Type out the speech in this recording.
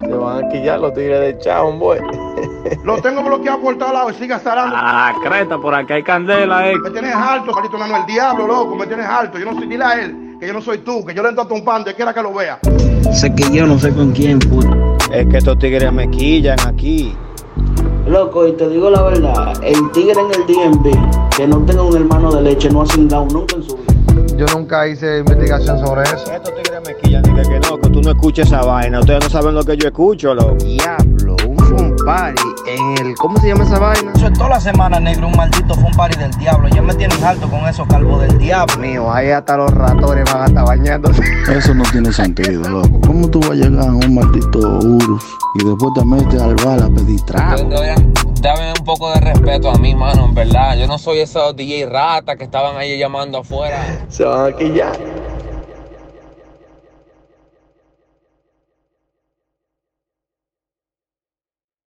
Le van a quillar los tigres de Chao, hombre. Lo tengo bloqueado por todos lados y siga zarando. Ah, creta, por acá hay candela, eh. Me tienes alto, Carlito Nano, el diablo, loco, me tienes alto. Yo no soy, dile a él, que yo no soy tú, que yo le entro a tumpando, él quiera que lo vea. Sé que yo no sé con quién, puto. Es que estos tigres me quillan aquí. Loco, y te digo la verdad, el tigre en el DMV, que no tenga un hermano de leche, no ha cingado nunca en su vida. Yo nunca hice investigación sobre eso. Estos tigres me quillan, diga que no, que tú no escuches esa vaina. Ustedes no saben lo que yo escucho, loco. Diablo, un fun party en el. ¿Cómo se llama esa vaina? Eso es toda la semana, negro, un maldito fun party del diablo. Ya me tienen alto con esos calvos del diablo. Mío, ahí hasta los ratones van a estar bañándose. Eso no tiene sentido, loco. ¿Cómo tú vas a llegar a un maldito Urus y después te metes al bar a pedir trago? Dame un poco de respeto a mí, mano, en verdad. Yo no soy esos DJ rata que estaban ahí llamando afuera. Se van a quillar.